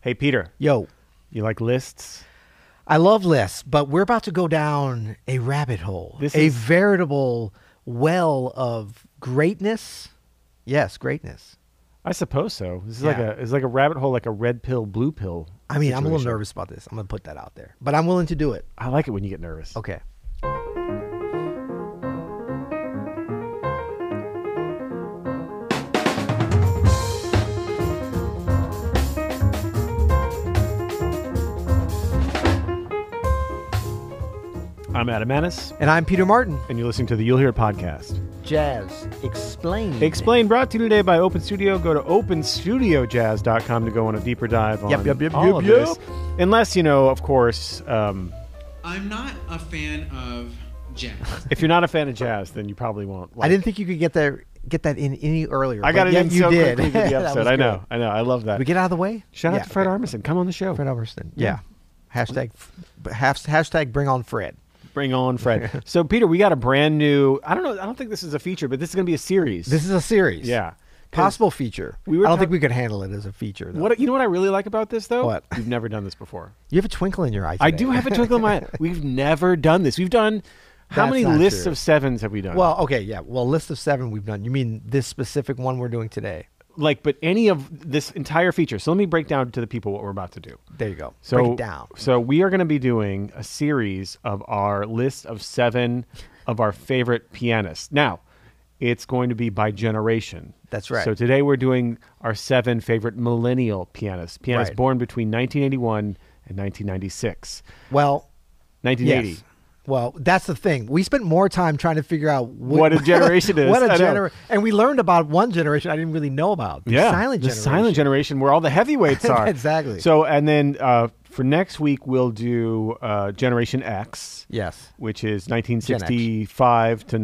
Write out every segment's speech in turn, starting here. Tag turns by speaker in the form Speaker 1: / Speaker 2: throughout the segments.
Speaker 1: Hey, Peter,
Speaker 2: Yo,
Speaker 1: you like lists?
Speaker 2: I love lists, but we're about to go down a rabbit hole,
Speaker 1: This
Speaker 2: a
Speaker 1: is-
Speaker 2: veritable well of greatness. Yes, greatness.
Speaker 1: I suppose so. This is like
Speaker 2: Yeah.
Speaker 1: a it's like a rabbit hole, like a red pill, blue pill.
Speaker 2: I mean, I'm a little
Speaker 1: situation.
Speaker 2: nervous about this. I'm going to put that out there, but I'm willing to do it.
Speaker 1: I like it when you get nervous.
Speaker 2: Okay.
Speaker 1: I'm Adam Manis,
Speaker 2: And I'm Peter Martin.
Speaker 1: and you're listening to the You'll Hear podcast.
Speaker 2: Jazz, explain.
Speaker 1: Explain brought to you today by Open Studio. Go to openstudiojazz.com to go on a deeper dive on
Speaker 2: Yep, yep, yep,
Speaker 1: all
Speaker 2: yep,
Speaker 1: of
Speaker 2: yep.
Speaker 1: this. Unless you know, of course, um,
Speaker 3: I'm not a fan of jazz.
Speaker 1: if you're not a fan of jazz, then you probably won't.
Speaker 2: I
Speaker 1: Like
Speaker 2: didn't think you could get there, get that in any earlier.
Speaker 1: I got
Speaker 2: but
Speaker 1: it
Speaker 2: yet
Speaker 1: in
Speaker 2: you
Speaker 1: so
Speaker 2: did.
Speaker 1: quickly to the
Speaker 2: That
Speaker 1: episode.
Speaker 2: was
Speaker 1: I know,
Speaker 2: good.
Speaker 1: I know, I love that.
Speaker 2: We get out of the way.
Speaker 1: Shout
Speaker 2: Yeah,
Speaker 1: out to Fred
Speaker 2: okay.
Speaker 1: Armisen. Come on the show.
Speaker 2: Fred Armisen.
Speaker 1: Yeah.
Speaker 2: Yeah. Hashtag, has- hashtag bring on Fred.
Speaker 1: Bring on Fred. so Peter, we got a brand new. I don't know. I don't think this is a feature, but this is going to be a series.
Speaker 2: This is a series.
Speaker 1: yeah. 'Cause
Speaker 2: Possible feature.
Speaker 1: We were
Speaker 2: I don't
Speaker 1: talk-
Speaker 2: think we could handle it as a feature. Though.
Speaker 1: What you know? What I really like about this though.
Speaker 2: What?
Speaker 1: we've never done this before.
Speaker 2: You have a twinkle in your eye. Today.
Speaker 1: I do have a twinkle in my eye. We've never done this. We've done how
Speaker 2: That's
Speaker 1: many
Speaker 2: not
Speaker 1: lists
Speaker 2: true.
Speaker 1: of sevens have we done?
Speaker 2: Well, okay, yeah. Well, list of seven we've done. You mean this specific one we're doing today?
Speaker 1: like, but any of this entire feature. So let me break down to the people what we're about to do.
Speaker 2: There you go.
Speaker 1: So
Speaker 2: Break it down.
Speaker 1: So we are going to be doing a series of our list of seven of our favorite pianists. Now, it's going to be by generation.
Speaker 2: That's right.
Speaker 1: So today we're doing our seven favorite millennial pianists, pianists
Speaker 2: Right.
Speaker 1: born between 1981 and 1996,
Speaker 2: Well,
Speaker 1: 1980.
Speaker 2: yes. Well, that's the thing. We spent more time trying to figure out
Speaker 1: What a generation is.
Speaker 2: what
Speaker 1: I know.
Speaker 2: a generation, and we learned about one generation I didn't really know about. The silent
Speaker 1: the
Speaker 2: generation.
Speaker 1: silent generation where all the heavyweights are
Speaker 2: Exactly.
Speaker 1: So and then uh, for next week we'll do uh, Generation X,
Speaker 2: Yes.
Speaker 1: which is 1965 to
Speaker 2: Yeah.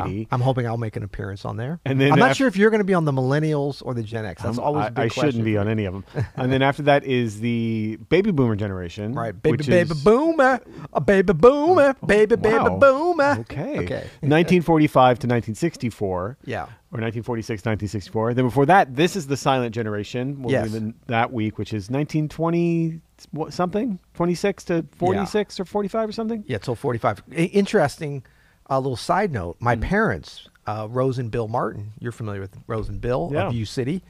Speaker 1: 1980.
Speaker 2: I'm hoping I'll make an appearance on there.
Speaker 1: And then
Speaker 2: I'm not
Speaker 1: af-
Speaker 2: sure if you're going to be on the millennials or the Gen X. That's
Speaker 1: Um,
Speaker 2: always
Speaker 1: I,
Speaker 2: a big
Speaker 1: I
Speaker 2: question.
Speaker 1: shouldn't be on any of them. and then after that is the baby boomer generation,
Speaker 2: Right, baby,
Speaker 1: which
Speaker 2: baby
Speaker 1: is- Oh,
Speaker 2: boomer, a baby boomer, baby, baby
Speaker 1: Wow.
Speaker 2: boomer.
Speaker 1: Okay.
Speaker 2: okay.
Speaker 1: 1945 to 1964.
Speaker 2: Yeah.
Speaker 1: Or 1946, 1964. Then before that, this is the silent generation. We'll
Speaker 2: Yes.
Speaker 1: do the, that week, which is 1920 what, something, 26 to 46 or 45 or something.
Speaker 2: Yeah, till 45. I- Interesting uh, little side note.
Speaker 1: Hmm.
Speaker 2: My parents, uh, Rose and Bill Martin, you're familiar with Rose and Bill
Speaker 1: Yeah.
Speaker 2: of U City.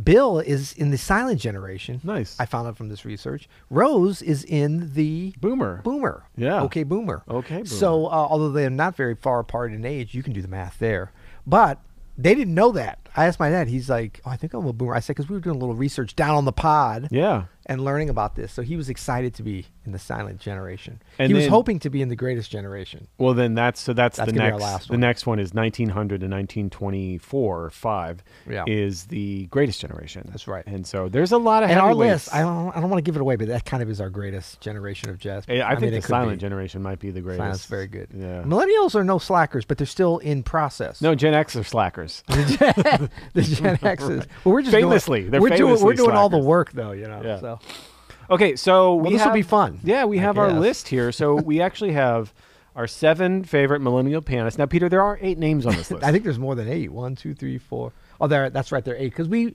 Speaker 2: Bill is in the silent generation.
Speaker 1: Nice.
Speaker 2: I found out from this research. Rose is in the
Speaker 1: Boomer.
Speaker 2: Boomer.
Speaker 1: Yeah.
Speaker 2: Okay, Boomer.
Speaker 1: Okay,
Speaker 2: So, uh, although they're not very far apart in age, you can do the math there. But they didn't know that. I asked my dad. He's like, oh, I think I'm a Boomer. I said, because we were doing a little research down on the pod
Speaker 1: Yeah.
Speaker 2: and learning about this. So he was excited to be in the silent generation.
Speaker 1: And
Speaker 2: he was
Speaker 1: then-
Speaker 2: hoping to be in the greatest generation.
Speaker 1: Well, then that's so that's,
Speaker 2: That's
Speaker 1: the
Speaker 2: gonna be
Speaker 1: next.
Speaker 2: our last
Speaker 1: the
Speaker 2: one.
Speaker 1: next one is 1900 to 1924 or five
Speaker 2: Yeah.
Speaker 1: is the greatest generation.
Speaker 2: That's right.
Speaker 1: And so there's a lot of
Speaker 2: And our
Speaker 1: heavyweights.
Speaker 2: list, I don't, I don't want to give it away, but that kind of is our greatest generation of jazz.
Speaker 1: I, I think
Speaker 2: mean, it
Speaker 1: the
Speaker 2: could
Speaker 1: silent
Speaker 2: be.
Speaker 1: generation might be the greatest.
Speaker 2: Silent's very good.
Speaker 1: Yeah.
Speaker 2: Millennials are no slackers, but they're still in process.
Speaker 1: No, Gen X are slackers.
Speaker 2: the Gen X's. Well, we're just
Speaker 1: Famously,
Speaker 2: doing,
Speaker 1: they're
Speaker 2: we're doing, we're
Speaker 1: famously
Speaker 2: doing all the
Speaker 1: slackers.
Speaker 2: work though, you know.
Speaker 1: Yeah.
Speaker 2: So
Speaker 1: okay, so we
Speaker 2: this will
Speaker 1: have-
Speaker 2: be fun,
Speaker 1: Yeah, we
Speaker 2: I
Speaker 1: have our
Speaker 2: guess.
Speaker 1: list here. So we actually have our seven favorite millennial pianists. Now, Peter, there are eight names on this list.
Speaker 2: I think there's more than eight. One, two, three, four. Oh, there. That's right. There are eight because we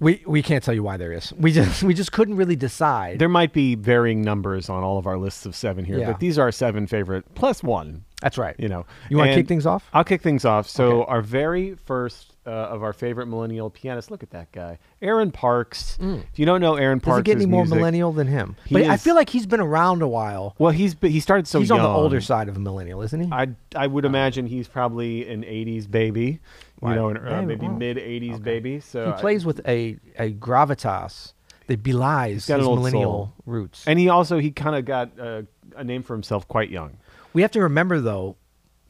Speaker 2: we we can't tell you why there is. We just we just couldn't really decide.
Speaker 1: there might be varying numbers on all of our lists of seven here,
Speaker 2: Yeah.
Speaker 1: but these are our seven favorite plus one.
Speaker 2: that's right.
Speaker 1: You know,
Speaker 2: You want to
Speaker 1: And
Speaker 2: kick things off?
Speaker 1: I'll kick things off. So
Speaker 2: Okay.
Speaker 1: our very first uh, of our favorite millennial pianists. Look at that guy, Aaron Parks. If you don't know Aaron
Speaker 2: Mm. Does
Speaker 1: Parks,
Speaker 2: it get any more
Speaker 1: music,
Speaker 2: millennial than him?
Speaker 1: He
Speaker 2: but I
Speaker 1: is-
Speaker 2: feel like he's been around a while.
Speaker 1: Well, he's be- he started so
Speaker 2: he's
Speaker 1: young.
Speaker 2: on the older side of a millennial, isn't he?
Speaker 1: I I would imagine he's probably an '80s baby, you
Speaker 2: Right.
Speaker 1: know, an, uh,
Speaker 2: Maybe,
Speaker 1: maybe
Speaker 2: wow.
Speaker 1: mid '80s baby. So
Speaker 2: he
Speaker 1: I-
Speaker 2: plays with a a gravitas that belies his
Speaker 1: got an old
Speaker 2: millennial
Speaker 1: soul.
Speaker 2: roots.
Speaker 1: and he also he kind of got uh, a name for himself quite young.
Speaker 2: We have to remember though,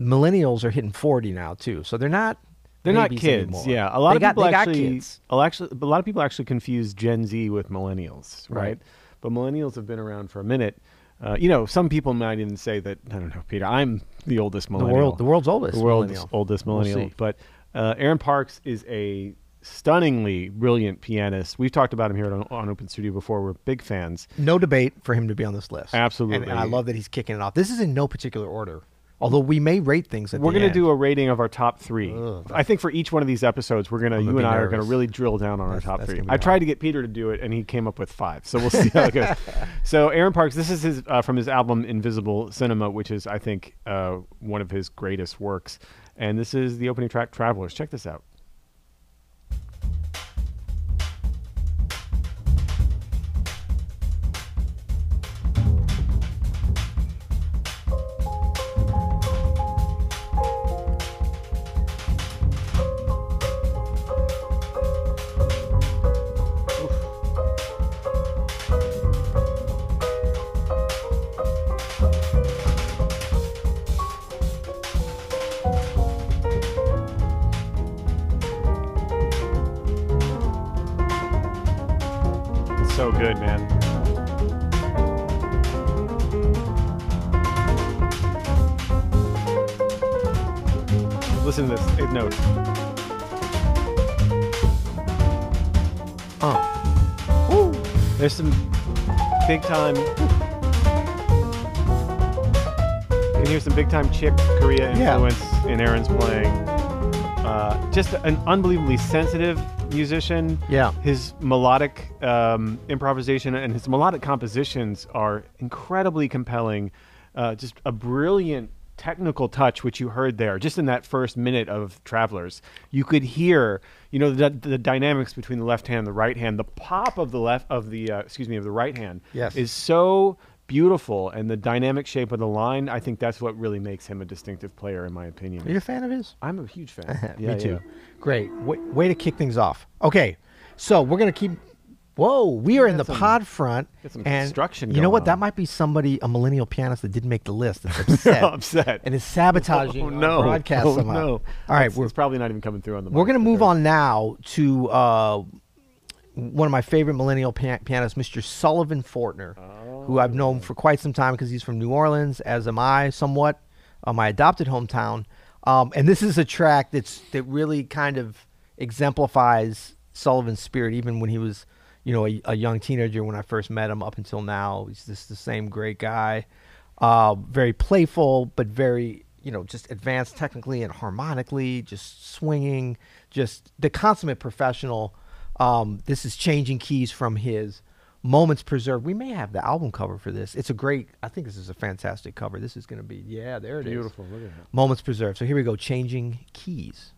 Speaker 2: millennials are hitting forty now too, so they're not
Speaker 1: They're not
Speaker 2: babies
Speaker 1: kids,
Speaker 2: anymore.
Speaker 1: yeah. A lot
Speaker 2: They
Speaker 1: of
Speaker 2: got-
Speaker 1: people
Speaker 2: they got
Speaker 1: actually,
Speaker 2: kids.
Speaker 1: a lot- actually, a lot of people actually confuse Gen Z with millennials, right?
Speaker 2: Right.
Speaker 1: But millennials have been around for a minute. Uh, you know, some people might even say that I don't know, Peter. I'm the oldest
Speaker 2: The
Speaker 1: millennial.
Speaker 2: world, the world's oldest,
Speaker 1: the world's
Speaker 2: millennial.
Speaker 1: oldest
Speaker 2: We'll
Speaker 1: millennial.
Speaker 2: see.
Speaker 1: but uh, Aaron Parks is a stunningly brilliant pianist. We've talked about him here on, on Open Studio before. We're big fans.
Speaker 2: no debate for him to be on this list. And-
Speaker 1: Absolutely.
Speaker 2: and, I love that he's kicking it off. This is in no particular order. Although we may rate things at
Speaker 1: We're
Speaker 2: the
Speaker 1: going to
Speaker 2: end.
Speaker 1: do a rating of our top three.
Speaker 2: Ugh,
Speaker 1: I think for each one of these episodes, we're going to, you
Speaker 2: be
Speaker 1: and I are going to
Speaker 2: nervous.
Speaker 1: really drill down on
Speaker 2: That's-
Speaker 1: our top
Speaker 2: that's
Speaker 1: three.
Speaker 2: gonna be
Speaker 1: I
Speaker 2: hard.
Speaker 1: tried to get Peter to do it, and he came up with five. So we'll see how it goes. So Aaron Parks, this is his uh, from his album Invisible Cinema, which is, I think, uh, one of his greatest works. And this is the opening track, Travelers. Check this out. It's so good, man. Listen to this eighth note.
Speaker 2: Oh,
Speaker 1: There's some big time. You can hear some big time chick Korea
Speaker 2: Yeah.
Speaker 1: influence in Aaron's playing. Uh, just an unbelievably sensitive musician.
Speaker 2: Yeah.
Speaker 1: His melodic um, improvisation and his melodic compositions are incredibly compelling. Uh, just a brilliant technical touch, which you heard there, just in that first minute of Travelers. You could hear, you know, the, the dynamics between the left hand, and the right hand, the pop of the left of the, uh, excuse me, of the right hand
Speaker 2: Yes.
Speaker 1: is so beautiful, and the dynamic shape of the line. I think that's what really makes him a distinctive player, in my opinion.
Speaker 2: are you a fan of his?
Speaker 1: I'm a huge fan.
Speaker 2: Me too. Great. Way, way to kick things off. Okay. So we're going to keep. Whoa, we are in the
Speaker 1: Got some-
Speaker 2: pod front.
Speaker 1: got some
Speaker 2: and
Speaker 1: construction
Speaker 2: You know
Speaker 1: going
Speaker 2: what? That
Speaker 1: on.
Speaker 2: might be somebody, a millennial pianist that didn't make the list. That's upset.
Speaker 1: Upset.
Speaker 2: And is sabotaging
Speaker 1: Oh
Speaker 2: our
Speaker 1: no!
Speaker 2: broadcast
Speaker 1: oh,
Speaker 2: somehow.
Speaker 1: no!
Speaker 2: All right,
Speaker 1: it's,
Speaker 2: we're-
Speaker 1: it's probably not even coming through on the.
Speaker 2: We're
Speaker 1: mic,
Speaker 2: going to
Speaker 1: but
Speaker 2: move
Speaker 1: there-
Speaker 2: on now to uh, one of my favorite millennial pian- pianists, Mr. Sullivan Fortner, who I've known for quite some time because he's from New Orleans, as am I, somewhat, uh, my adopted hometown. Um, and this is a track that's that really kind of exemplifies Sullivan's spirit, even when he was, you know, a, a young teenager when I first met him. Up until now, he's just the same great guy, uh, very playful, but very you know, just advanced technically and harmonically, just swinging, just the consummate professional. Um, this is changing keys from his moments preserved. We may have the album cover for this. It's a great. I think this is a fantastic cover. This is going to be yeah. There it is.
Speaker 1: Beautiful. Look at that.
Speaker 2: Moments preserved. So here we go. Changing keys.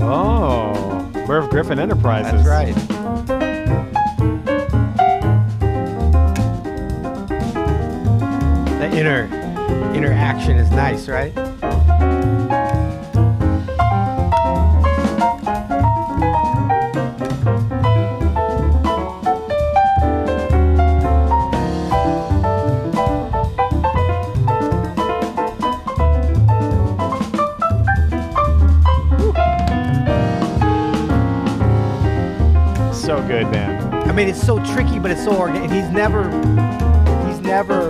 Speaker 1: Oh, we're of Griffin Enterprises.
Speaker 2: That's right. The inner inner action is nice, right?
Speaker 1: So good, man.
Speaker 2: I mean, it's so tricky, but it's so organic. He's never, he's never,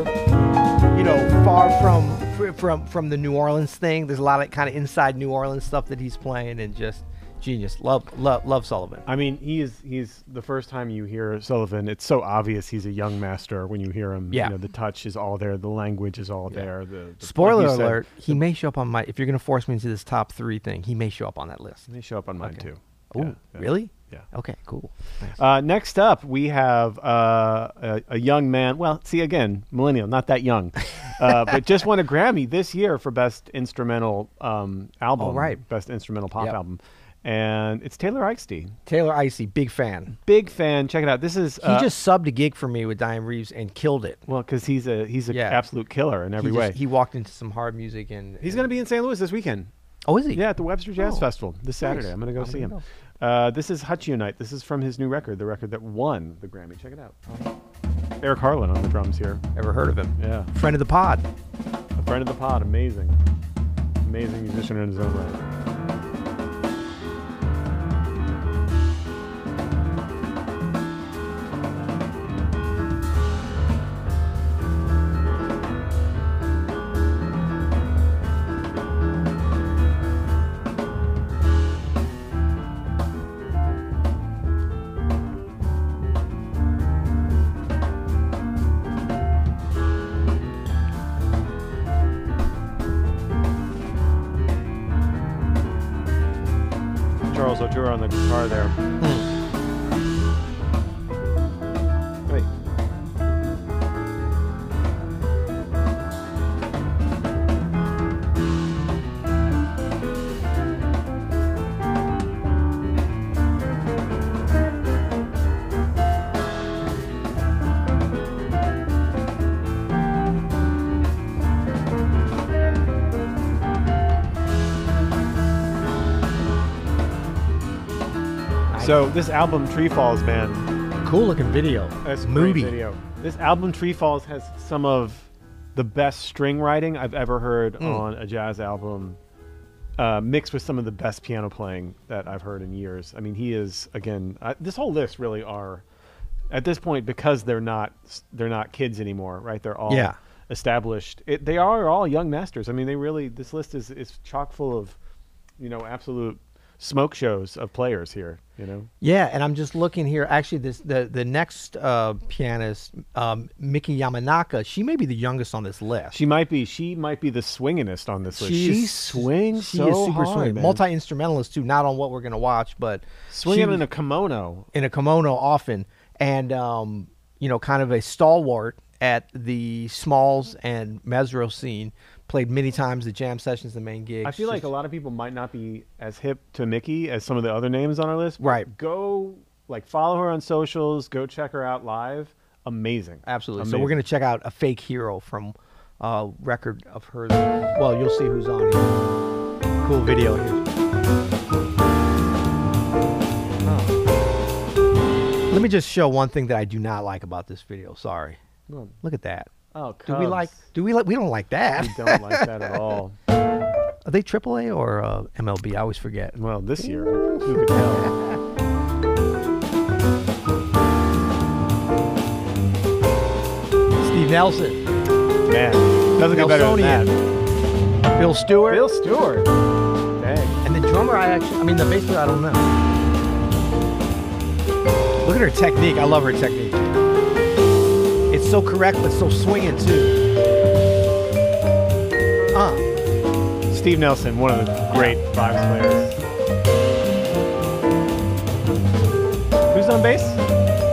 Speaker 2: you know, far from fr- from from the New Orleans thing. There's a lot of kind of inside New Orleans stuff that he's playing, and just genius. Love, love, love Sullivan.
Speaker 1: I mean, he is he's the first time you hear Sullivan, it's so obvious he's a young master when you hear him.
Speaker 2: Yeah.
Speaker 1: You know, the touch is all there, the language is all there. The, the like you
Speaker 2: Spoiler
Speaker 1: said,
Speaker 2: alert: He may show up on my. If you're gonna force me into this top three thing, he may show up on that list.
Speaker 1: They show up on mine
Speaker 2: Okay.
Speaker 1: too.
Speaker 2: Oh,
Speaker 1: Yeah, yeah.
Speaker 2: really?
Speaker 1: Yeah.
Speaker 2: Okay, cool. Nice.
Speaker 1: Uh, next up, we have uh, a, a young man. Well, see, again, millennial, not that young, uh, but just won a Grammy this year for Best Instrumental um, Album.
Speaker 2: Oh, right.
Speaker 1: Best Instrumental Pop
Speaker 2: Yep.
Speaker 1: Album. And it's Taylor Eichstein.
Speaker 2: Taylor Icy, big fan.
Speaker 1: Big fan. Check it out. This is. uh,
Speaker 2: He just subbed a gig for me with Diane Reeves and killed it.
Speaker 1: Well, because he's a he's an
Speaker 2: Yeah.
Speaker 1: absolute killer in every
Speaker 2: he
Speaker 1: way.
Speaker 2: Just, he walked into some hard music and
Speaker 1: he's going to be in St. Louis this weekend.
Speaker 2: Oh, is he?
Speaker 1: Yeah, at the Webster Jazz
Speaker 2: Oh,
Speaker 1: Festival this Saturday.
Speaker 2: nice.
Speaker 1: I'm going to go
Speaker 2: I'm
Speaker 1: see
Speaker 2: gonna
Speaker 1: him. Uh, this is Hutch Unite. This is from his new record, the record that won the Grammy. Check it out. Eric Harlan on the drums here.
Speaker 2: Ever heard of him?
Speaker 1: Yeah,
Speaker 2: Friend of the pod.
Speaker 1: a friend of the pod, amazing, amazing musician in his own right. Charles O'Toole on the guitar there. Wait. So this album, Tree Falls, man,
Speaker 2: Cool looking video.
Speaker 1: that's a
Speaker 2: moody.
Speaker 1: Great video. This album, Tree Falls, has some of the best string writing I've ever heard on a jazz album, uh, mixed with some of the best piano playing that I've heard in years. I mean, he is again. I, this whole list really are at this point because they're not they're not kids anymore, right? They're all
Speaker 2: Yeah.
Speaker 1: established. It, they are all young masters. I mean, they really this list is is chock full of you know absolute smoke shows of players here. You know.
Speaker 2: Yeah, and I'm just looking here. Actually, this the the next uh, pianist, um, Miki Yamanaka. She may be the youngest on this list.
Speaker 1: She might be. She might be the swinginest on this list.
Speaker 2: She
Speaker 1: she
Speaker 2: is-
Speaker 1: swings
Speaker 2: she
Speaker 1: so
Speaker 2: is super
Speaker 1: hard,
Speaker 2: swinging,
Speaker 1: man.
Speaker 2: multi instrumentalist too. Not on what we're gonna watch, but
Speaker 1: swinging
Speaker 2: she-
Speaker 1: in a kimono.
Speaker 2: in a kimono often, and um, you know, kind of a stalwart at the Smalls and Mesro scene. Played many times the jam sessions, the main gigs.
Speaker 1: I feel like
Speaker 2: Just-
Speaker 1: a lot of people might not be as hip to Mickey as some of the other names on our list.
Speaker 2: Right.
Speaker 1: Go like follow her on socials. Go check her out live. Amazing.
Speaker 2: Absolutely. So
Speaker 1: Amazing.
Speaker 2: we're going to check out a fake hero from a record of hers. Well, you'll see who's on here. Cool video here. Let me just show one thing that I do not like about this video. Sorry.
Speaker 1: Well,
Speaker 2: Look at that.
Speaker 1: Oh,
Speaker 2: Do we like?
Speaker 1: Cubs.
Speaker 2: Do we like? We don't like that.
Speaker 1: We don't like that at all.
Speaker 2: Are they AAA or uh, MLB? I always forget.
Speaker 1: Well, this year, who could tell?
Speaker 2: Steve Nelson,
Speaker 1: Man, doesn't get better than that.
Speaker 2: Bill Stewart,
Speaker 1: Bill Stewart. Dang.
Speaker 2: and the drummer. I actually, I mean, the bass player. I don't know. Look at her technique. I love her technique. It's so correct, but so swinging too. Uh,
Speaker 1: Steve Nelson, one of the great vibes players. Who's on bass?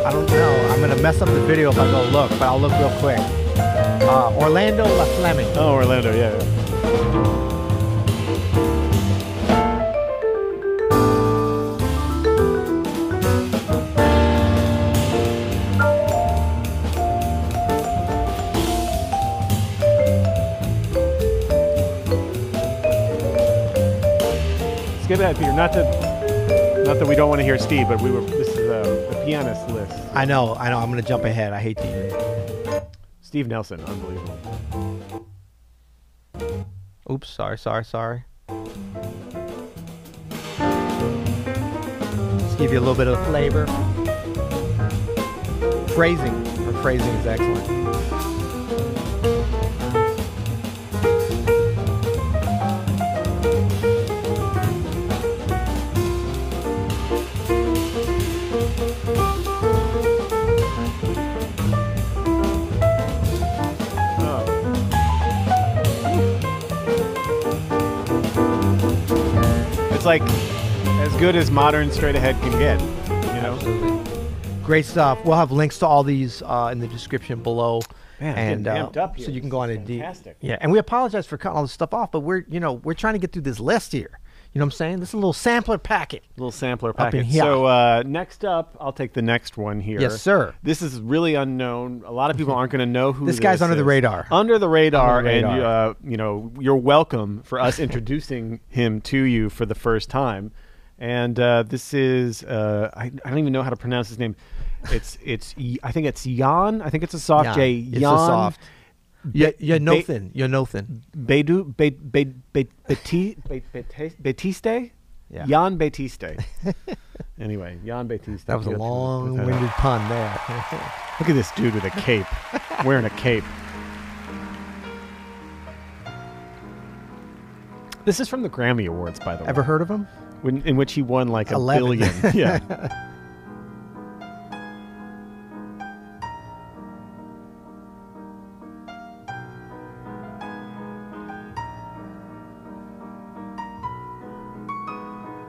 Speaker 2: I don't know. I'm gonna mess up the video if I go look, but I'll look real quick. Uh, Orlando LaFleming.
Speaker 1: Oh, Orlando, yeah. yeah. Skip ahead, Peter. Not that, not that we don't want to hear Steve, but we were. This is um, a, the pianist list.
Speaker 2: I know. I know. I'm gonna jump ahead. I hate to. even-
Speaker 1: Steve Nelson, unbelievable.
Speaker 2: Oops. Sorry. Sorry. Sorry. Just give you a little bit of flavor. Phrasing. Her phrasing is excellent.
Speaker 1: Oh, It's like as good as modern straight ahead can get, you know.
Speaker 2: Great stuff. We'll have links to all these uh, in the description below.
Speaker 1: Man, I'm
Speaker 2: and
Speaker 1: getting
Speaker 2: uh,
Speaker 1: amped up here.
Speaker 2: so you can
Speaker 1: This
Speaker 2: go on
Speaker 1: is
Speaker 2: and de-
Speaker 1: fantastic.
Speaker 2: yeah. And we apologize for cutting all this stuff off, but we're you know we're trying to get through this list here. You know what I'm saying? This is a little sampler packet.
Speaker 1: Little sampler
Speaker 2: Up in
Speaker 1: packet.
Speaker 2: here.
Speaker 1: So uh, next up, I'll take the next one here.
Speaker 2: Yes, sir.
Speaker 1: This is really unknown. A lot of people aren't going to know who
Speaker 2: This guy's under the
Speaker 1: is.
Speaker 2: radar.
Speaker 1: Under the radar,
Speaker 2: Under the
Speaker 1: and
Speaker 2: radar.
Speaker 1: uh, you know, you're welcome for us introducing him to you for the first time. And uh, this is uh, I, I don't even know how to pronounce his name. It's it's I think it's Jan. I think it's a soft
Speaker 2: Jan.
Speaker 1: J.
Speaker 2: It's a
Speaker 1: Jan
Speaker 2: soft. Yeah, yeah,
Speaker 1: Ba-
Speaker 2: nothing. You're nothing.
Speaker 1: Bedu Be- Be- Be- Beti- Be- Bete- Betiste,
Speaker 2: Yeah.
Speaker 1: Jan Betiste. anyway, Jan Betiste.
Speaker 2: That was a
Speaker 1: That's what- that's how-
Speaker 2: long-winded pun there.
Speaker 1: Look at this dude with a cape, wearing a cape. This is from the Grammy Awards, by the way.
Speaker 2: Ever heard of him?
Speaker 1: when, in which he won like a
Speaker 2: 11.
Speaker 1: billion. Yeah.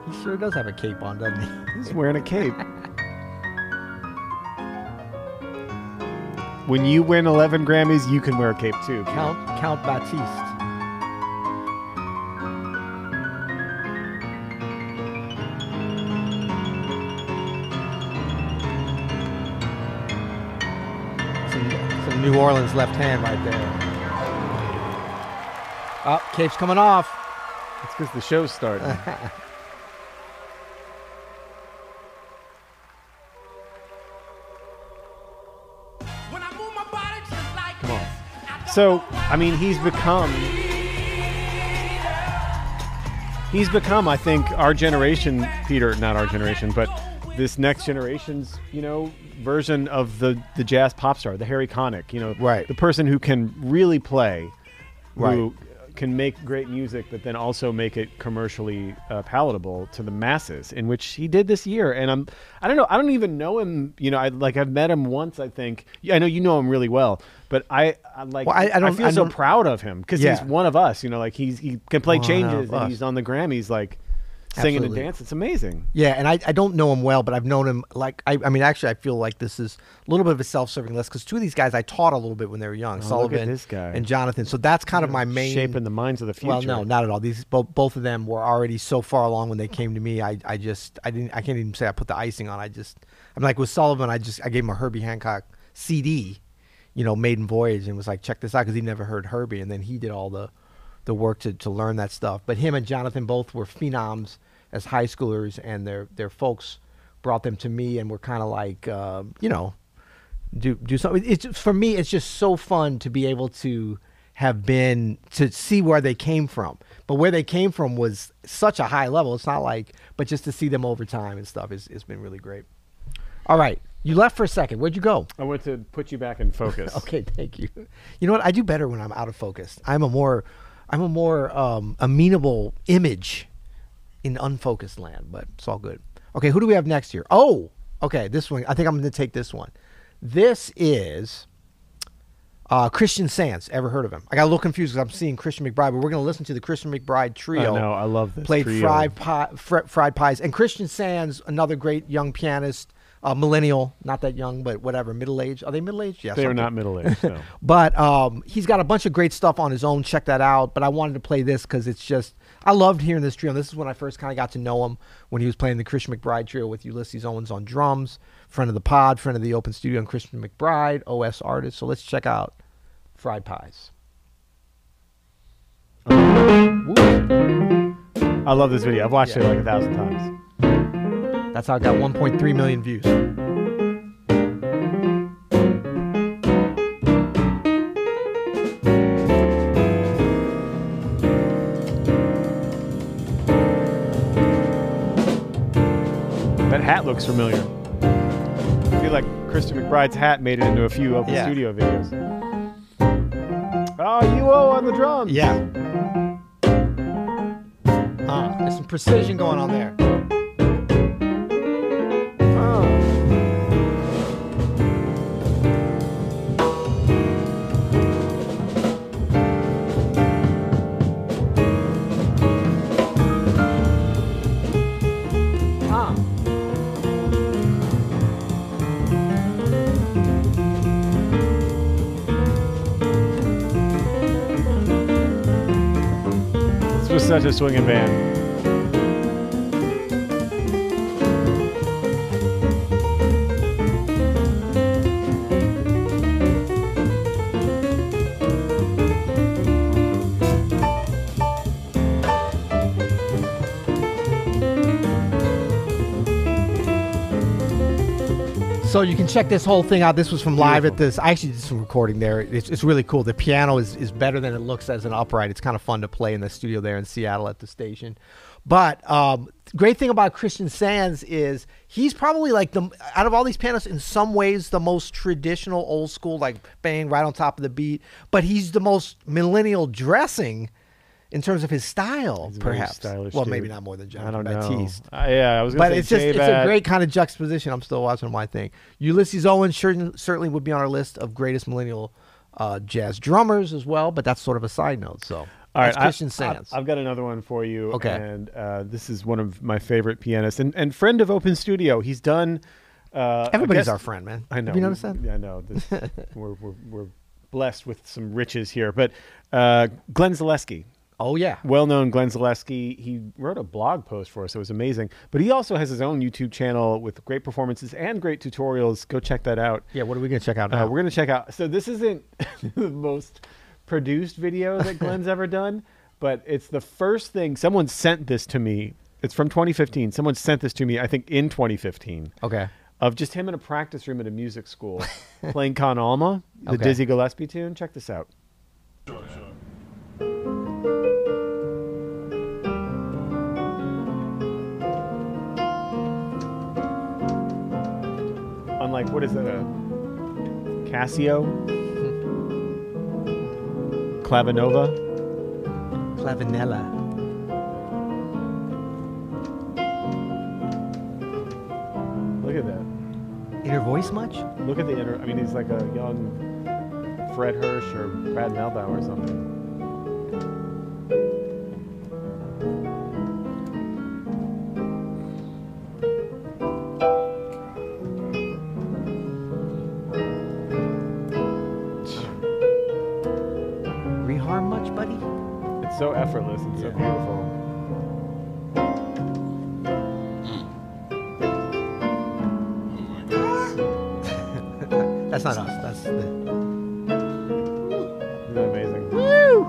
Speaker 2: He sure does have a cape on, doesn't he?
Speaker 1: He's wearing a cape. When you win 11 Grammys, you can wear a cape too. Peter.
Speaker 2: Count Count Batiste. Some, some New Orleans left hand right there. Up, oh, cape's coming off.
Speaker 1: It's because the show's starting.
Speaker 4: Come on.
Speaker 1: So, I mean, he's become. He's become, I think, our generation, Peter, not our generation, but this next generation's, you know, version of the, the jazz pop star, the Harry Connick, you know,
Speaker 2: Right.
Speaker 1: the person who can really play,
Speaker 2: Right.
Speaker 1: who can make great music, but then also make it commercially uh, palatable to the masses, in which he did this year. And I'm, I don't know, I don't even know him. You know, I like I've met him once, I think. Yeah, I know you know him really well, but I, I like
Speaker 2: Well, I- I don't-
Speaker 1: feel
Speaker 2: I
Speaker 1: so
Speaker 2: don't-
Speaker 1: proud of him because
Speaker 2: Yeah.
Speaker 1: he's one of us. You know, like he's he can play
Speaker 2: One
Speaker 1: changes
Speaker 2: of
Speaker 1: and
Speaker 2: us.
Speaker 1: he's on the Grammys, like singing
Speaker 2: Absolutely.
Speaker 1: and dance. It's amazing.
Speaker 2: Yeah, and I, I don't know him well, but I've known him like I, I mean actually I feel like this is a little bit of a self-serving list because two of these guys I taught a little bit when they were young,
Speaker 1: Oh, at
Speaker 2: Sullivan
Speaker 1: this guy.
Speaker 2: and Jonathan. So that's kind of my main
Speaker 1: Shaping the minds of the future.
Speaker 2: Well, no, not at all. These both both of them were already so far along when they came to me. I, I just I didn't I can't even say I put the icing on. I just I'm like with Sullivan. I just I gave him a Herbie Hancock CD, you know, Maiden Voyage, and was like check this out because he never heard Herbie, and then he did all the the work to to learn that stuff. But him and Jonathan both were phenoms as high schoolers, and their their folks brought them to me, and were kind of like uh, you know do do something. It's for me. It's just so fun to be able to have been to see where they came from. But where they came from was such a high level. It's not like, but just to see them over time and stuff is it's been really great. All right, you left for a second. Where'd you go?
Speaker 1: I want to put you back in focus.
Speaker 2: Okay, thank you. You know what? I do better when I'm out of focus. I'm a more, I'm a more um, amenable image in unfocused land, but it's all good. Okay, who do we have next here? Oh, okay, this one. I think I'm going to take this one. This is uh, Christian Sands. Ever heard of him? I got a little confused because I'm seeing Christian McBride, but we're going to listen to the Christian McBride trio.
Speaker 1: I know, I love this
Speaker 2: Played
Speaker 1: trio.
Speaker 2: fried pie, fr- fried pies, and Christian Sands, another great young pianist, uh, millennial, not that young, but whatever, middle aged. Are they middle aged? Yes,
Speaker 1: They are not middle aged. No.
Speaker 2: but um, he's got a bunch of great stuff on his own. Check that out. But I wanted to play this because it's just I loved hearing this trio. This is when I first kind of got to know him when he was playing the Christian McBride trio with Ulysses Owens on drums, friend of the pod, friend of the open studio, and Christian McBride, OS artist. So let's check out Fried Pies. Um, Woo.
Speaker 1: I love this video. I've watched
Speaker 2: Yeah.
Speaker 1: it like a thousand times.
Speaker 2: That's how it got 1.3 million views.
Speaker 1: That hat looks familiar. I feel like Christian McBride's hat made it into a few open
Speaker 2: Yeah.
Speaker 1: studio videos. Oh, you oh on the drums.
Speaker 2: Yeah. Uh, there's some precision going on there.
Speaker 1: Oh. This was such a swinging band.
Speaker 2: So you can check this whole thing out. This was from live at this. I actually did some recording there. It's, it's really cool. The piano is, is better than it looks as an upright. It's kind of fun to play in the studio there in Seattle at the station. But um, great thing about Christian Sands is he's probably like the out of all these pianists in some ways the most traditional old school like bang right on top of the beat. But he's the most millennial dressing in terms of his style,
Speaker 1: He's a very
Speaker 2: perhaps.
Speaker 1: stylish
Speaker 2: well,
Speaker 1: dude.
Speaker 2: maybe not more than John
Speaker 1: I don't know.
Speaker 2: Baptiste
Speaker 1: Uh, yeah, I was gonna
Speaker 2: but
Speaker 1: say
Speaker 2: it's just it's a
Speaker 1: J-Bat.
Speaker 2: great kind of juxtaposition. I'm still watching my thing. Ulysses Owen certain, certainly would be on our list of greatest millennial uh, jazz drummers as well, but that's sort of a side note. So
Speaker 1: All right,
Speaker 2: that's Christian
Speaker 1: I,
Speaker 2: Sands.
Speaker 1: I, have got another one for you.
Speaker 2: Okay.
Speaker 1: and uh, this is one of my favorite pianists and, and friend of Open Studio. He's done. Uh, I
Speaker 2: Everybody's
Speaker 1: guess-
Speaker 2: our friend, man.
Speaker 1: I know.
Speaker 2: Have you noticed that?
Speaker 1: Yeah, I know. This, we're, we're we're blessed with some riches here, but uh, Glenn Zaleski.
Speaker 2: Oh yeah.
Speaker 1: Well-known Glenn Zaleski, he wrote a blog post for us. It was amazing. But he also has his own YouTube channel with great performances and great tutorials. Go check that out.
Speaker 2: Yeah. What are we gonna check out
Speaker 1: Uh,
Speaker 2: now?
Speaker 1: we're gonna check out. So this isn't the most produced video that Glenn's ever done, but it's the first thing someone sent this to me. It's from 2015. Someone sent this to me. I think in 2015.
Speaker 2: okay.
Speaker 1: Of just him in a practice room at a music school playing Con Alma, the
Speaker 2: Okay.
Speaker 1: Dizzy Gillespie tune. Check this out. on like what is that a Casio Clavinova
Speaker 2: Clavinella.
Speaker 1: look at that
Speaker 2: Inner voice much?
Speaker 1: look at the inner I mean he's like a young Fred Hirsch or Brad Meldow or something
Speaker 2: Reharm much, buddy?
Speaker 1: it's so effortless and so
Speaker 2: Yeah.
Speaker 1: beautiful
Speaker 2: That's not us. That's the.
Speaker 1: isn't that amazing
Speaker 2: Woo!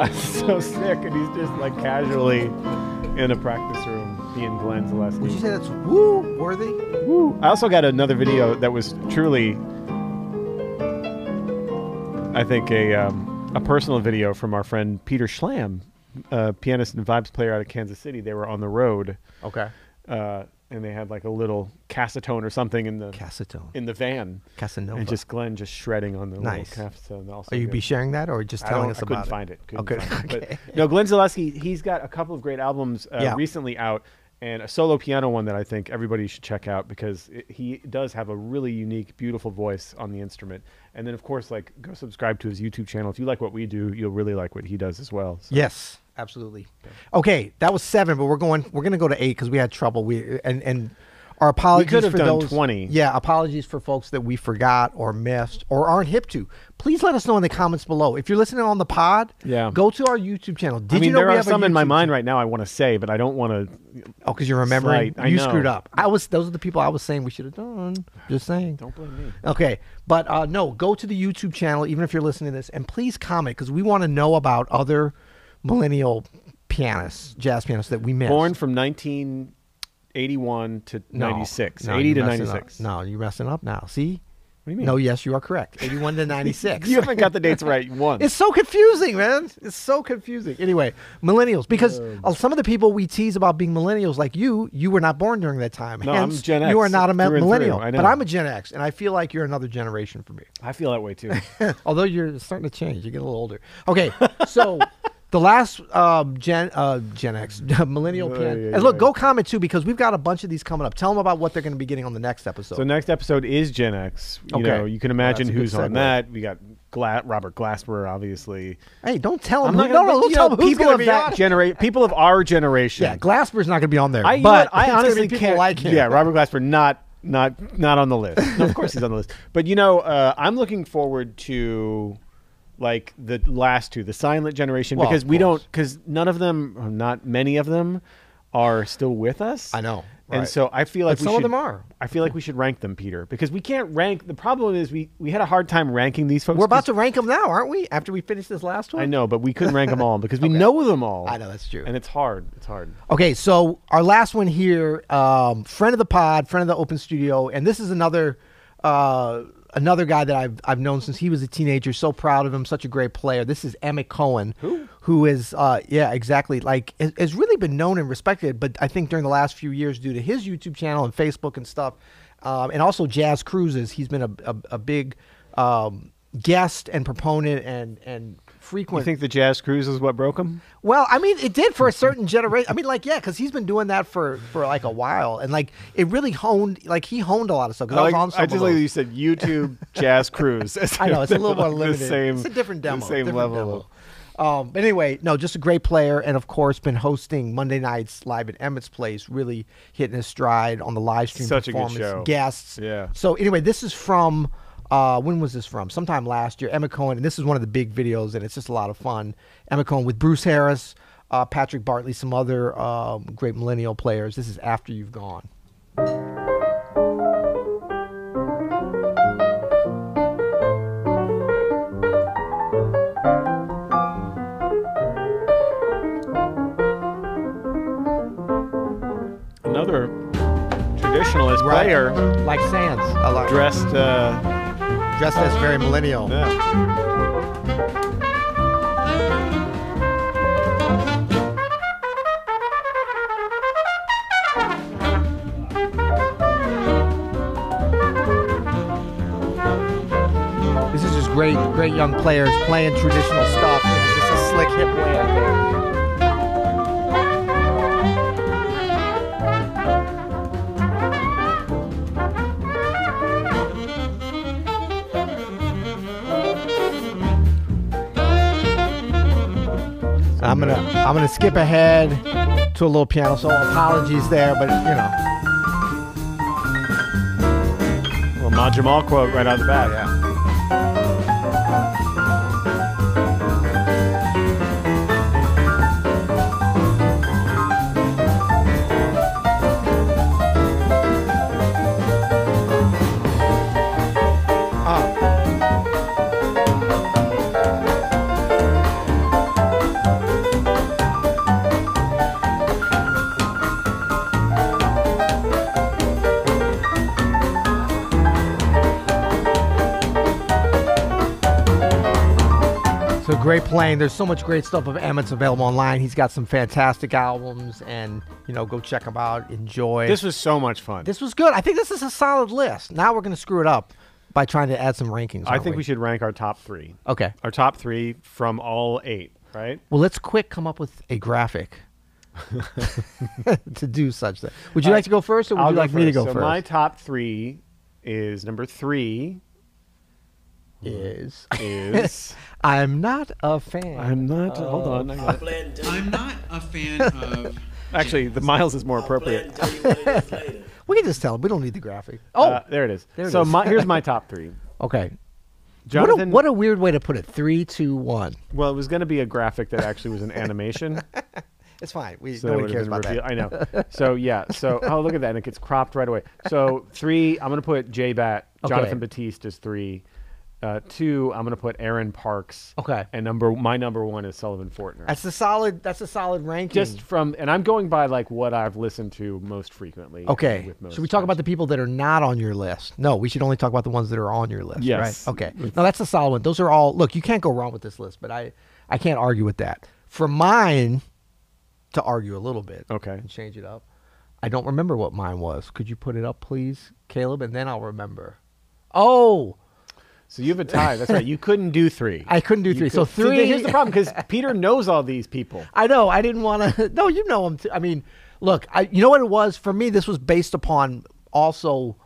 Speaker 2: Uh,
Speaker 1: that's so sick and he's just like casually in a practice room being Glenn Zaleski
Speaker 2: would you say that's woo worthy?
Speaker 1: Woo. I also got another video that was truly, I think, a um, a personal video from our friend Peter Schlam, uh, pianist and vibes player out of Kansas City. They were on the road,
Speaker 2: Okay.
Speaker 1: uh, and they had like a little cassatone or something in the
Speaker 2: Cassetone.
Speaker 1: in the van,
Speaker 2: Casanova.
Speaker 1: and just Glenn just shredding on the
Speaker 2: Nice.
Speaker 1: little cassatone. Also
Speaker 2: Are you
Speaker 1: good.
Speaker 2: be sharing that or just
Speaker 1: I
Speaker 2: telling
Speaker 1: don't-
Speaker 2: us
Speaker 1: I
Speaker 2: about
Speaker 1: couldn't find it. Couldn't
Speaker 2: Okay.
Speaker 1: find it. But,
Speaker 2: Okay.
Speaker 1: no, Glenn Zaleski, he's got a couple of great albums uh,
Speaker 2: Yeah.
Speaker 1: recently out, and a solo piano one that I think everybody should check out because it, he does have a really unique, beautiful voice on the instrument. And then, of course, like go subscribe to his YouTube channel. If you like what we do, you'll really like what he does as well. So.
Speaker 2: Yes, absolutely. Okay, that was seven, but we're going. We're going to go to eight because we had trouble. We and and our apologies
Speaker 1: could have
Speaker 2: for
Speaker 1: done
Speaker 2: those
Speaker 1: 20.
Speaker 2: Yeah, apologies for folks that we forgot or missed or aren't hip to. Please let us know in the comments below if you're listening on the pod.
Speaker 1: Yeah.
Speaker 2: go to our YouTube channel. Did
Speaker 1: I mean,
Speaker 2: you know
Speaker 1: there
Speaker 2: we
Speaker 1: are
Speaker 2: have a
Speaker 1: some in my
Speaker 2: YouTube
Speaker 1: mind right now I want to say, but I don't want to.
Speaker 2: channel? Oh, because you're remembering.
Speaker 1: Slight, I
Speaker 2: you
Speaker 1: know.
Speaker 2: screwed up. I was. Those are the people I was saying we should have done. Just saying.
Speaker 1: Don't blame me.
Speaker 2: Okay, but uh, no, go to the YouTube channel, even if you're listening to this, and please comment because we want to know about other millennial pianists, jazz pianists that we missed.
Speaker 1: Born from 1981 to 96, 80
Speaker 2: you're
Speaker 1: to
Speaker 2: messing up.
Speaker 1: 96.
Speaker 2: No, you're messing up now. See?
Speaker 1: do
Speaker 2: What
Speaker 1: you mean?
Speaker 2: No, yes, you are correct. 81 to 96.
Speaker 1: You haven't got the dates right once.
Speaker 2: It's so confusing, man. It's so confusing. Anyway, millennials, because uh, some of the people we tease about being millennials, like you, you were not born during that time.
Speaker 1: No, I'm
Speaker 2: Hence,
Speaker 1: Gen
Speaker 2: You are
Speaker 1: X
Speaker 2: not a me-
Speaker 1: through and through.
Speaker 2: millennial,
Speaker 1: I
Speaker 2: but
Speaker 1: know.
Speaker 2: I'm a Gen X, and I feel like you're another generation for me.
Speaker 1: I feel that way too.
Speaker 2: Although you're starting to change, you get a little older. Okay, so the last um, Gen uh, Gen X millennial
Speaker 1: Yeah,
Speaker 2: pian-
Speaker 1: yeah,
Speaker 2: and look,
Speaker 1: yeah.
Speaker 2: go comment too because we've got a bunch of these coming up. Tell them about what they're going to be getting on the next episode.
Speaker 1: So next episode is Gen X. You
Speaker 2: Okay.
Speaker 1: know, you can imagine
Speaker 2: Well, that's
Speaker 1: who's
Speaker 2: a good
Speaker 1: on
Speaker 2: segue.
Speaker 1: that. We got Gla- Robert Glasper, obviously.
Speaker 2: hey, don't tell them.
Speaker 1: I'm
Speaker 2: Who,
Speaker 1: not gonna-
Speaker 2: no, no,
Speaker 1: but,
Speaker 2: don't
Speaker 1: you
Speaker 2: tell
Speaker 1: know,
Speaker 2: them who's
Speaker 1: people
Speaker 2: going to
Speaker 1: of
Speaker 2: be
Speaker 1: that
Speaker 2: on.
Speaker 1: genera- people of our generation.
Speaker 2: yeah, Glasper's not going to be on there.
Speaker 1: I, you know
Speaker 2: but
Speaker 1: what? I
Speaker 2: it's gonna be
Speaker 1: honestly
Speaker 2: people
Speaker 1: can't.
Speaker 2: like him.
Speaker 1: Yeah, Robert Glasper, not not not on the list. No, of course he's on the list. But you know, uh, I'm looking forward to like the last two, the silent generation,
Speaker 2: Well,
Speaker 1: because
Speaker 2: of
Speaker 1: we
Speaker 2: course.
Speaker 1: don't, because none of them, or not many of them, are still with us.
Speaker 2: I know,
Speaker 1: And
Speaker 2: right.
Speaker 1: so I feel like
Speaker 2: But
Speaker 1: we
Speaker 2: some of
Speaker 1: should-
Speaker 2: them are.
Speaker 1: I feel like we should rank them, Peter, because we can't rank. The problem is we we had a hard time ranking these folks.
Speaker 2: We're about
Speaker 1: 'cause-
Speaker 2: to rank them now, aren't we? After we finish this last one.
Speaker 1: I know, but we couldn't rank them all because we know them all.
Speaker 2: I know, that's true.
Speaker 1: and it's hard. It's hard.
Speaker 2: Okay, so our last one here, um, friend of the pod, friend of the open studio, and this is another uh, another guy that I've I've known since he was a teenager. So proud of him, such a great player. This is Emmett Cohen, who who is uh, yeah exactly like has, has really been known and respected, but I think during the last few years due to his YouTube channel and Facebook and stuff, um, and also Jazz Cruises, he's been a a, a big um, guest and proponent and and
Speaker 1: You
Speaker 2: frequent
Speaker 1: think the Jazz Cruise is what broke them?
Speaker 2: well, I mean, it did for
Speaker 1: Mm-hmm.
Speaker 2: a certain generation. I mean, like, yeah, because he's been doing that for for like a while, and like it really honed, like he honed a lot of stuff. 'cause I, was
Speaker 1: like-
Speaker 2: on some
Speaker 1: Oh, I
Speaker 2: of
Speaker 1: just like that
Speaker 2: those.
Speaker 1: you said YouTube Jazz Cruise.
Speaker 2: I know it's a little more
Speaker 1: Like the
Speaker 2: limited.
Speaker 1: same-
Speaker 2: it's a different
Speaker 1: the
Speaker 2: demo.
Speaker 1: same
Speaker 2: different
Speaker 1: level.
Speaker 2: demo. Um, but anyway, no, just a great player, and of course, been hosting Monday nights live at Emmett's place, really hitting his stride on the live stream
Speaker 1: Such a good
Speaker 2: performance
Speaker 1: show.
Speaker 2: guests.
Speaker 1: Yeah.
Speaker 2: So anyway, this is from uh, when was this from? Sometime last year. Emma Cohen, and this is one of the big videos, and it's just a lot of fun. Emma Cohen with Bruce Harris, uh, Patrick Bartley, some other um, great millennial players. This is after you've gone.
Speaker 1: Another traditionalist player
Speaker 2: Like Sands, a lot
Speaker 1: dressed. Uh,
Speaker 2: dressed as very millennial.
Speaker 1: yeah.
Speaker 2: This is just great, great young players playing traditional stuff. It's just a slick, hip way. I think. I'm gonna, I'm gonna skip ahead to a little piano solo. Apologies there, but you know,
Speaker 1: Well, Mod Jamal quote right out the bat.
Speaker 2: yeah. So great playing. There's so much great stuff of Emmett's available online. He's got some fantastic albums, and you know, go check them out. Enjoy.
Speaker 1: This was so much fun.
Speaker 2: This was good. I think this is a solid list. Now we're going to screw it up by trying to add some rankings.
Speaker 1: I
Speaker 2: aren't
Speaker 1: think we should rank our top three.
Speaker 2: Okay.
Speaker 1: Our top three from all eight, right?
Speaker 2: Well, let's quick come up with a graphic to do such thing. Would you like to go first, or would you like me to go
Speaker 1: so
Speaker 2: first?
Speaker 1: my top three is number three
Speaker 2: Is
Speaker 1: is Uh,
Speaker 2: I'm not a fan.
Speaker 1: not. hold on. I got it.
Speaker 3: I'm not a fan of.
Speaker 1: Actually, the Miles is more appropriate.
Speaker 2: we can just tell him we don't need the graphic. Oh,
Speaker 1: Uh, there it is.
Speaker 2: There it
Speaker 1: so
Speaker 2: is.
Speaker 1: My, here's my top three.
Speaker 2: okay. What a,
Speaker 1: Jonathan.
Speaker 2: what a weird way to put it. Three, two, one.
Speaker 1: well, it was going to be a graphic that actually was an animation.
Speaker 2: It's fine. We
Speaker 1: So that
Speaker 2: nobody
Speaker 1: would've
Speaker 2: cares
Speaker 1: been
Speaker 2: about
Speaker 1: reveal-
Speaker 2: that.
Speaker 1: I know. So yeah. So oh, look at that, and it gets cropped right away. So three, I'm gonna put J Bat,
Speaker 2: Okay.
Speaker 1: Jonathan Batiste is three. Uh, two, I'm gonna put Aaron Parks.
Speaker 2: Okay.
Speaker 1: And number my number one is Sullivan Fortner.
Speaker 2: That's a solid. That's a solid ranking.
Speaker 1: just from and I'm going by like what I've listened to most frequently.
Speaker 2: Okay.
Speaker 1: with most
Speaker 2: Should we talk about the
Speaker 1: attention.
Speaker 2: people that are not on your list? No, we should only talk about the ones that are on your list.
Speaker 1: Yes.
Speaker 2: Right? Okay. No, that's a solid one. Those are all. Look, you can't go wrong with this list, but I, I can't argue with that. For mine, to argue a little bit.
Speaker 1: Okay.
Speaker 2: And change it up. I don't remember what mine was. Could you put it up, please, Caleb, and then I'll remember. Oh,
Speaker 1: So you have a tie. That's right. You couldn't do three.
Speaker 2: I couldn't do
Speaker 1: You
Speaker 2: three. So
Speaker 1: could- See,
Speaker 2: three-
Speaker 1: here's the problem because Peter knows all these people.
Speaker 2: I know. I didn't want to. No, you know him. Too. I mean, look. I you know what it was for me. This was based upon also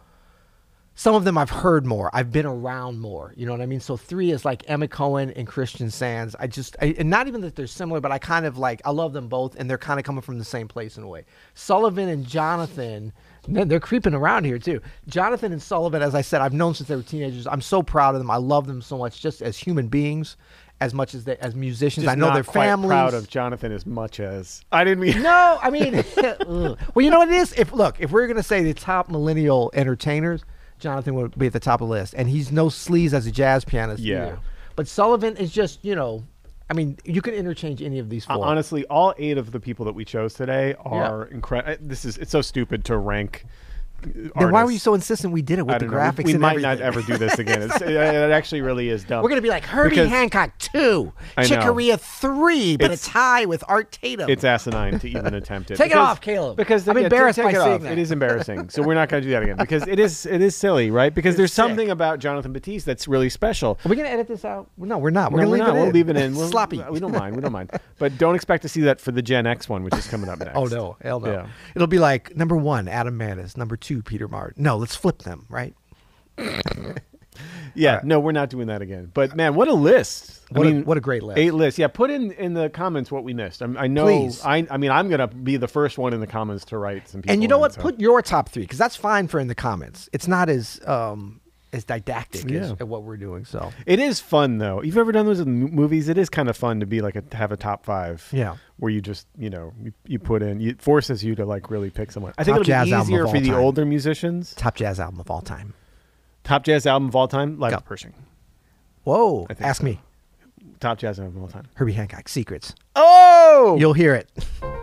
Speaker 2: some of them I've heard more. I've been around more. You know what I mean? So three is like Emma Cohen and Christian Sands. I just I, and not even that they're similar, but I kind of like I love them both, and they're kind of coming from the same place in a way. Sullivan and Jonathan. Man, they're creeping around here too. Jonathan and Sullivan, as I said, I've known since they were teenagers. I'm so proud of them. I love them so much, just as human beings, as much as they as musicians.
Speaker 1: Just
Speaker 2: I know
Speaker 1: not
Speaker 2: their
Speaker 1: quite
Speaker 2: families.
Speaker 1: Proud of Jonathan as much as I didn't mean.
Speaker 2: No, I mean, ugh. well, you know what it is. If look, if we're gonna say the top millennial entertainers, Jonathan would be at the top of the list, and he's no sleaze as a jazz pianist.
Speaker 1: Yeah.
Speaker 2: either. but Sullivan is just you know, I mean, you can interchange any of these four.
Speaker 1: Honestly, all eight of the people that we chose today are incredible. This is it's so stupid to rank.
Speaker 2: then why were you so insistent we did it with
Speaker 1: I
Speaker 2: the
Speaker 1: don't know.
Speaker 2: graphics?
Speaker 1: We, we
Speaker 2: and
Speaker 1: might not
Speaker 2: everything?
Speaker 1: ever do this again. It's, it, it actually really is dumb.
Speaker 2: We're gonna be like Herbie
Speaker 1: Because
Speaker 2: Hancock two,
Speaker 1: I know.
Speaker 2: Chicoria three, but
Speaker 1: It's-
Speaker 2: it's, high with Art Tatum.
Speaker 1: It's asinine to even attempt it.
Speaker 2: Take it off, Caleb.
Speaker 1: Because
Speaker 2: I'm
Speaker 1: yeah,
Speaker 2: embarrassed
Speaker 1: take,
Speaker 2: by
Speaker 1: it
Speaker 2: saying
Speaker 1: off.
Speaker 2: that.
Speaker 1: It is embarrassing. So we're not going to do that again because it is it is silly, right? Because there's something about Jonathan Batiste that's really special.
Speaker 2: Are we gonna edit this out? No, we're not. We're
Speaker 1: No,
Speaker 2: gonna
Speaker 1: we're
Speaker 2: leave
Speaker 1: not.
Speaker 2: it
Speaker 1: We'll
Speaker 2: in.
Speaker 1: leave it in. We'll-
Speaker 2: Sloppy.
Speaker 1: We don't mind. We don't mind. But don't expect to see that for the Gen X one, which is coming up next.
Speaker 2: Oh no, hell no.
Speaker 1: Yeah.
Speaker 2: It'll be like number one, Adam Manis, number two, Peter Martin. No, let's flip them, right?
Speaker 1: Yeah, no, we're not doing that again. But man, what a list!
Speaker 2: What a- what a great list.
Speaker 1: Eight lists. Yeah, put in in the comments what we missed. I, I know.
Speaker 2: Please.
Speaker 1: I, I mean, I'm gonna be the first one in the comments to write some. People
Speaker 2: and you know
Speaker 1: in,
Speaker 2: what?
Speaker 1: so-
Speaker 2: Put your top three because that's fine for in the comments. It's not as um as didactic as,
Speaker 1: Yeah.
Speaker 2: at what we're doing. So
Speaker 1: It is fun though. You've ever done those in m- movies? It is kind of fun to be like a to have a top five.
Speaker 2: Yeah.
Speaker 1: where you just you know you, you put in you, it forces you to like really pick someone. I think
Speaker 2: Top
Speaker 1: it'll
Speaker 2: jazz
Speaker 1: be
Speaker 2: album
Speaker 1: easier
Speaker 2: of
Speaker 1: for
Speaker 2: all
Speaker 1: the
Speaker 2: time.
Speaker 1: older musicians.
Speaker 2: top jazz album of all time.
Speaker 1: Top jazz album of all time, Live
Speaker 2: Go.
Speaker 1: at Pershing.
Speaker 2: Whoa!
Speaker 1: think
Speaker 2: Ask
Speaker 1: so.
Speaker 2: me,
Speaker 1: Top jazz album of all time.
Speaker 2: Herbie Hancock, Secrets.
Speaker 1: Oh,
Speaker 2: You'll hear it.